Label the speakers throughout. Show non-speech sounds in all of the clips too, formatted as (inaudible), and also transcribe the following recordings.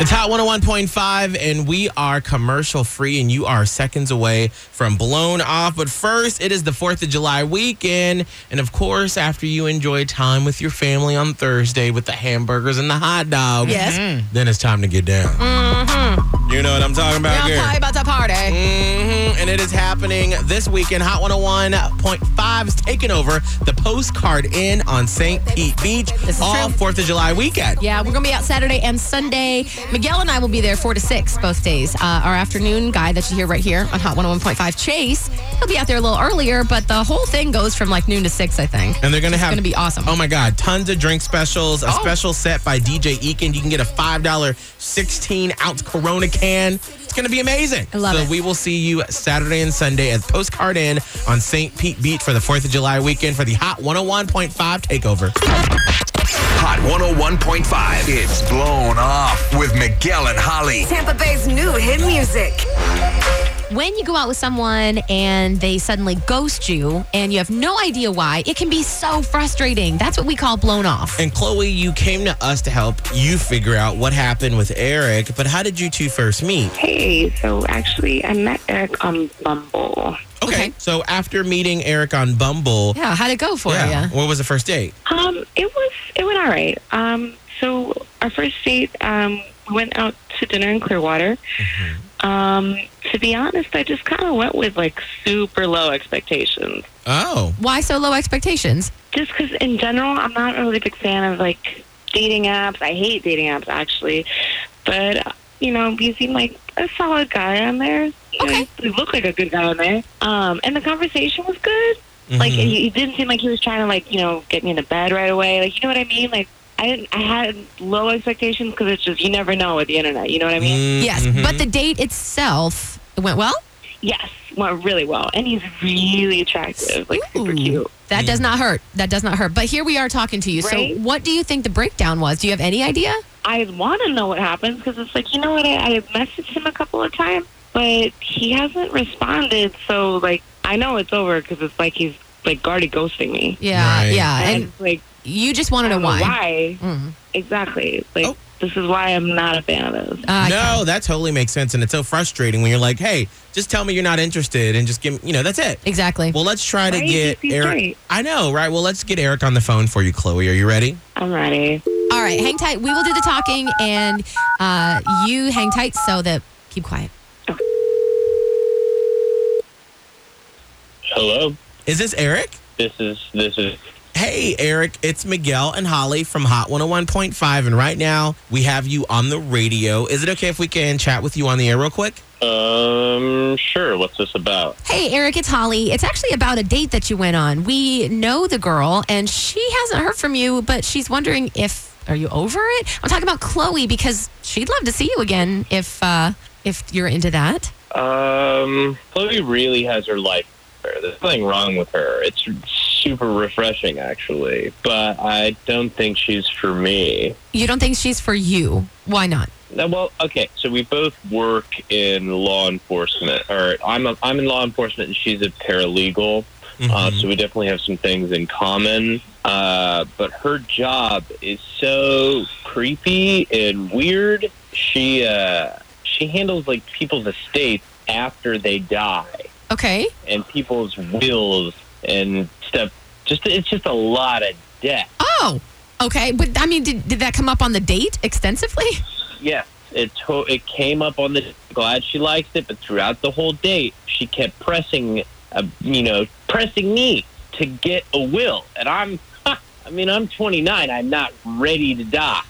Speaker 1: It's Hot 101.5, and we are commercial free, and you are seconds away from blown off. But first, it is the 4th of July weekend. And of course, after you enjoy time with your family on Thursday with the hamburgers and the hot dogs,
Speaker 2: Yes. Mm-hmm.
Speaker 1: then it's time to get down. You know what I'm talking about
Speaker 2: Now
Speaker 1: here.
Speaker 2: party about that party.
Speaker 1: Mhm, And it is happening this weekend. Hot 101.5 is taking over the postcard inn on St. Pete Beach
Speaker 2: This is
Speaker 1: all
Speaker 2: true.
Speaker 1: 4th of July weekend.
Speaker 2: Yeah, we're gonna be out Saturday and Sunday. Miguel and I will be there four to six both days. Uh, our afternoon guy that you hear right here on Hot 101.5 Chase, he'll be out there a little earlier, but the whole thing goes from like noon to six, I think.
Speaker 1: And they're going to
Speaker 2: It's
Speaker 1: have.
Speaker 2: gonna be awesome.
Speaker 1: Oh my God, tons of drink specials, a
Speaker 2: Oh.
Speaker 1: special set by DJ Eakin. You can get a $5 16 ounce Corona can. It's going to be amazing.
Speaker 2: I love
Speaker 1: so
Speaker 2: it.
Speaker 1: we will see you Saturday and Sunday at Postcard Inn on St. Pete Beach for the 4th of July weekend for the Hot 101.5 takeover.
Speaker 3: Hot 101.5. It's blown off with Miguel and Holly.
Speaker 4: Tampa Bay's new hit music.
Speaker 2: when you go out with someone and they suddenly ghost you and you have no idea why, it can be so frustrating. That's what we call blown off.
Speaker 1: And Chloe, you came to us to help you figure out what happened with Eric, but how did you two first meet?
Speaker 5: Hey, so actually, I met Eric on Bumble.
Speaker 2: Okay.
Speaker 1: So after meeting Eric on Bumble,
Speaker 2: Yeah, how'd it go for
Speaker 1: yeah,
Speaker 2: you?
Speaker 1: what was the first date?
Speaker 5: Um, it was it went all right. Um, so our first date, um, we went out to dinner in Clearwater. Um, to be honest, I just kind of went with like super low expectations.
Speaker 1: Oh.
Speaker 2: Why so low expectations?
Speaker 5: Just because in general, I'm not really a big fan of like dating apps. I hate dating apps actually, but uh, you know, you seem like a solid guy on there. You know,
Speaker 2: Okay.
Speaker 5: you look like a good guy on there. Um, and the conversation was good.
Speaker 2: Mm-hmm.
Speaker 5: Like
Speaker 1: Mhm.
Speaker 5: it, it didn't seem like he was trying to like you know get me into bed right away. Like you know what I mean? Like I didn't. I had low expectations because it's just you never know with the internet. You know what I mean?
Speaker 1: Mm,
Speaker 2: Yes,
Speaker 1: mhm.
Speaker 2: but the date itself it went well.
Speaker 5: Yes, went really well, and he's really attractive, like super
Speaker 2: Ooh,
Speaker 5: cute.
Speaker 2: That does not hurt. That does not hurt. But here we are talking to you.
Speaker 5: Right?
Speaker 2: So, what do you think the breakdown was? Do you have any idea?
Speaker 5: I want to know what happens because it's like you know what? I, I messaged him a couple of times, but he hasn't responded. So like I know it's over because it's like he's like already ghosting me.
Speaker 2: Yeah,
Speaker 1: Right.
Speaker 2: yeah. And,
Speaker 5: And like
Speaker 2: you just want
Speaker 5: I
Speaker 2: to know
Speaker 5: don't know
Speaker 2: why.
Speaker 5: why
Speaker 2: Mm.
Speaker 5: exactly? Like
Speaker 1: Oh.
Speaker 5: this is why I'm not a fan of this.
Speaker 2: Uh,
Speaker 1: no, that totally makes sense. And it's so frustrating when you're like, hey, just tell me you're not interested and just give me, you know, that's it.
Speaker 2: Exactly.
Speaker 1: Well, let's try to
Speaker 5: Right?
Speaker 1: get
Speaker 5: He's
Speaker 1: Eric.
Speaker 5: great.
Speaker 1: I know, right? Well, let's get Eric on the phone for you, Chloe. Are you ready?
Speaker 5: I'm ready.
Speaker 2: All right, hang tight. We will do the talking, and uh, you hang tight so that keep quiet.
Speaker 6: Hello.
Speaker 1: Is this Eric?
Speaker 6: This is this is
Speaker 1: Hey, Eric, it's Miguel and Holly from Hot 101.5. And right now, we have you on the radio. Is it okay if we can chat with you on the air real quick?
Speaker 6: um sure. What's this about?
Speaker 2: Hey, Eric, it's Holly. It's actually about a date that you went on. We know the girl, and she hasn't heard from you, but she's wondering if are you over it. I'm talking about Chloe because she'd love to see you again if uh, if you're into that.
Speaker 6: Um, Chloe really has her life. together. There's nothing wrong with her. It's super refreshing, actually. But I don't think she's for me.
Speaker 2: You don't think she's for you? Why not?
Speaker 6: No, Well, okay. So we both work in law enforcement, or I'm a, I'm in law enforcement, and she's a paralegal. Uh, so we definitely have some things in common. Uh, but her job is so creepy and weird. She uh, she handles like people's estates after they die
Speaker 2: Okay.
Speaker 6: and people's wills and stuff. Just it's just a lot of debt.
Speaker 2: Oh, okay. But I mean, did, did that come up on the date extensively?
Speaker 6: Yes, it to- it came up on the. Glad she liked it, but throughout the whole date, she kept pressing, uh, you know, pressing me to get a will, and I'm, (laughs) I mean, I'm 29. I'm not ready to die.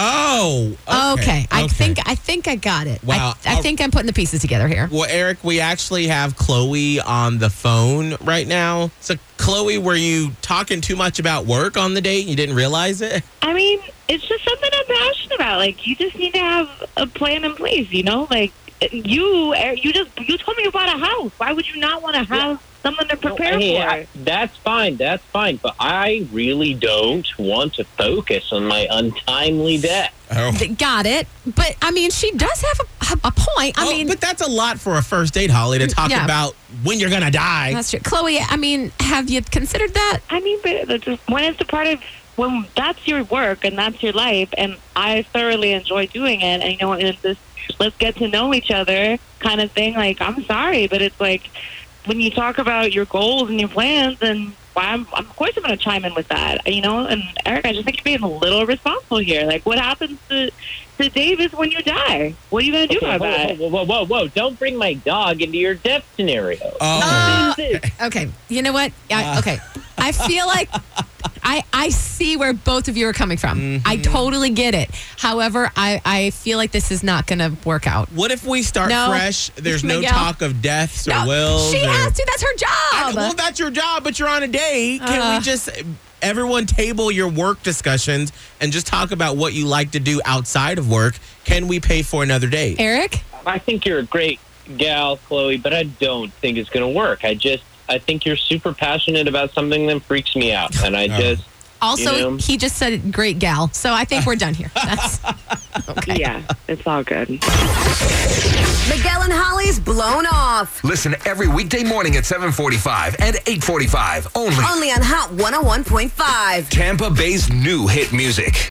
Speaker 1: Oh, okay.
Speaker 2: Okay. I
Speaker 1: okay.
Speaker 2: think I think I got it.
Speaker 1: Wow.
Speaker 2: I, I think I'm putting the pieces together here.
Speaker 1: Well, Eric, we actually have Chloe on the phone right now. So, Chloe, were you talking too much about work on the date? and You didn't realize it?
Speaker 5: I mean, it's just something I'm passionate about. Like you just need to have a plan in place. You know, like you you just you told me you bought a house. Why would you not want to have something to prepare
Speaker 6: No, hey,
Speaker 5: for?
Speaker 6: I- that's fine. That's fine. But I really don't want to focus on my untimely death.
Speaker 1: Oh.
Speaker 2: Th- Got it. But I mean, she does have a, a point. I
Speaker 1: Oh,
Speaker 2: mean,
Speaker 1: but that's a lot for a first date, Holly, to talk
Speaker 2: Yeah.
Speaker 1: about when you're gonna die.
Speaker 2: that's true. Chloe, I mean, have you considered that?
Speaker 5: I mean, but that's- when it's a part of when that's your work and that's your life, and I thoroughly enjoy doing it. And you know, and it's this let's get to know each other kind of thing. Like, I'm sorry, but it's like when you talk about your goals and your plans, and well, I'm, of course I'm going to chime in with that. You know, and Eric, I just think you're being a little responsible here. Like, what happens to to Davis when you die? What are you going to do
Speaker 6: Okay,
Speaker 5: about that?
Speaker 6: whoa, whoa, whoa, whoa, whoa! Don't bring my dog into your death scenario.
Speaker 1: Oh,
Speaker 2: Okay. You know what? I,
Speaker 1: Uh.
Speaker 2: okay. I
Speaker 1: (laughs)
Speaker 2: feel like I I see where both of you are coming from. I
Speaker 1: Mm-hmm.
Speaker 2: totally get it. However, I I feel like this is not going to work out.
Speaker 1: what if we start
Speaker 2: No.
Speaker 1: fresh? There's no
Speaker 2: Miguel.
Speaker 1: talk of deaths or
Speaker 2: No,
Speaker 1: wills.
Speaker 2: she
Speaker 1: or-
Speaker 2: has to. That's her
Speaker 1: I
Speaker 2: job.
Speaker 1: know, well, that's your job, but you're on a date. Can
Speaker 2: Uh.
Speaker 1: we just everyone table your work discussions and just talk about what you like to do outside of work? Can we pay for another date?
Speaker 2: Eric,
Speaker 6: I think you're a great gal, Chloe, but I don't think it's going to work. I just, I think you're super passionate about something that freaks me out, and I
Speaker 1: Oh.
Speaker 6: just,
Speaker 2: also
Speaker 6: You know.
Speaker 2: he just said great gal. So I think we're done here. That's okay.
Speaker 5: (laughs) Yeah, it's all good.
Speaker 4: Miguel and Holly's blown off.
Speaker 3: Listen every weekday morning at 745 and 845 only.
Speaker 4: Only on Hot 101.5.
Speaker 3: Tampa Bay's new hit music.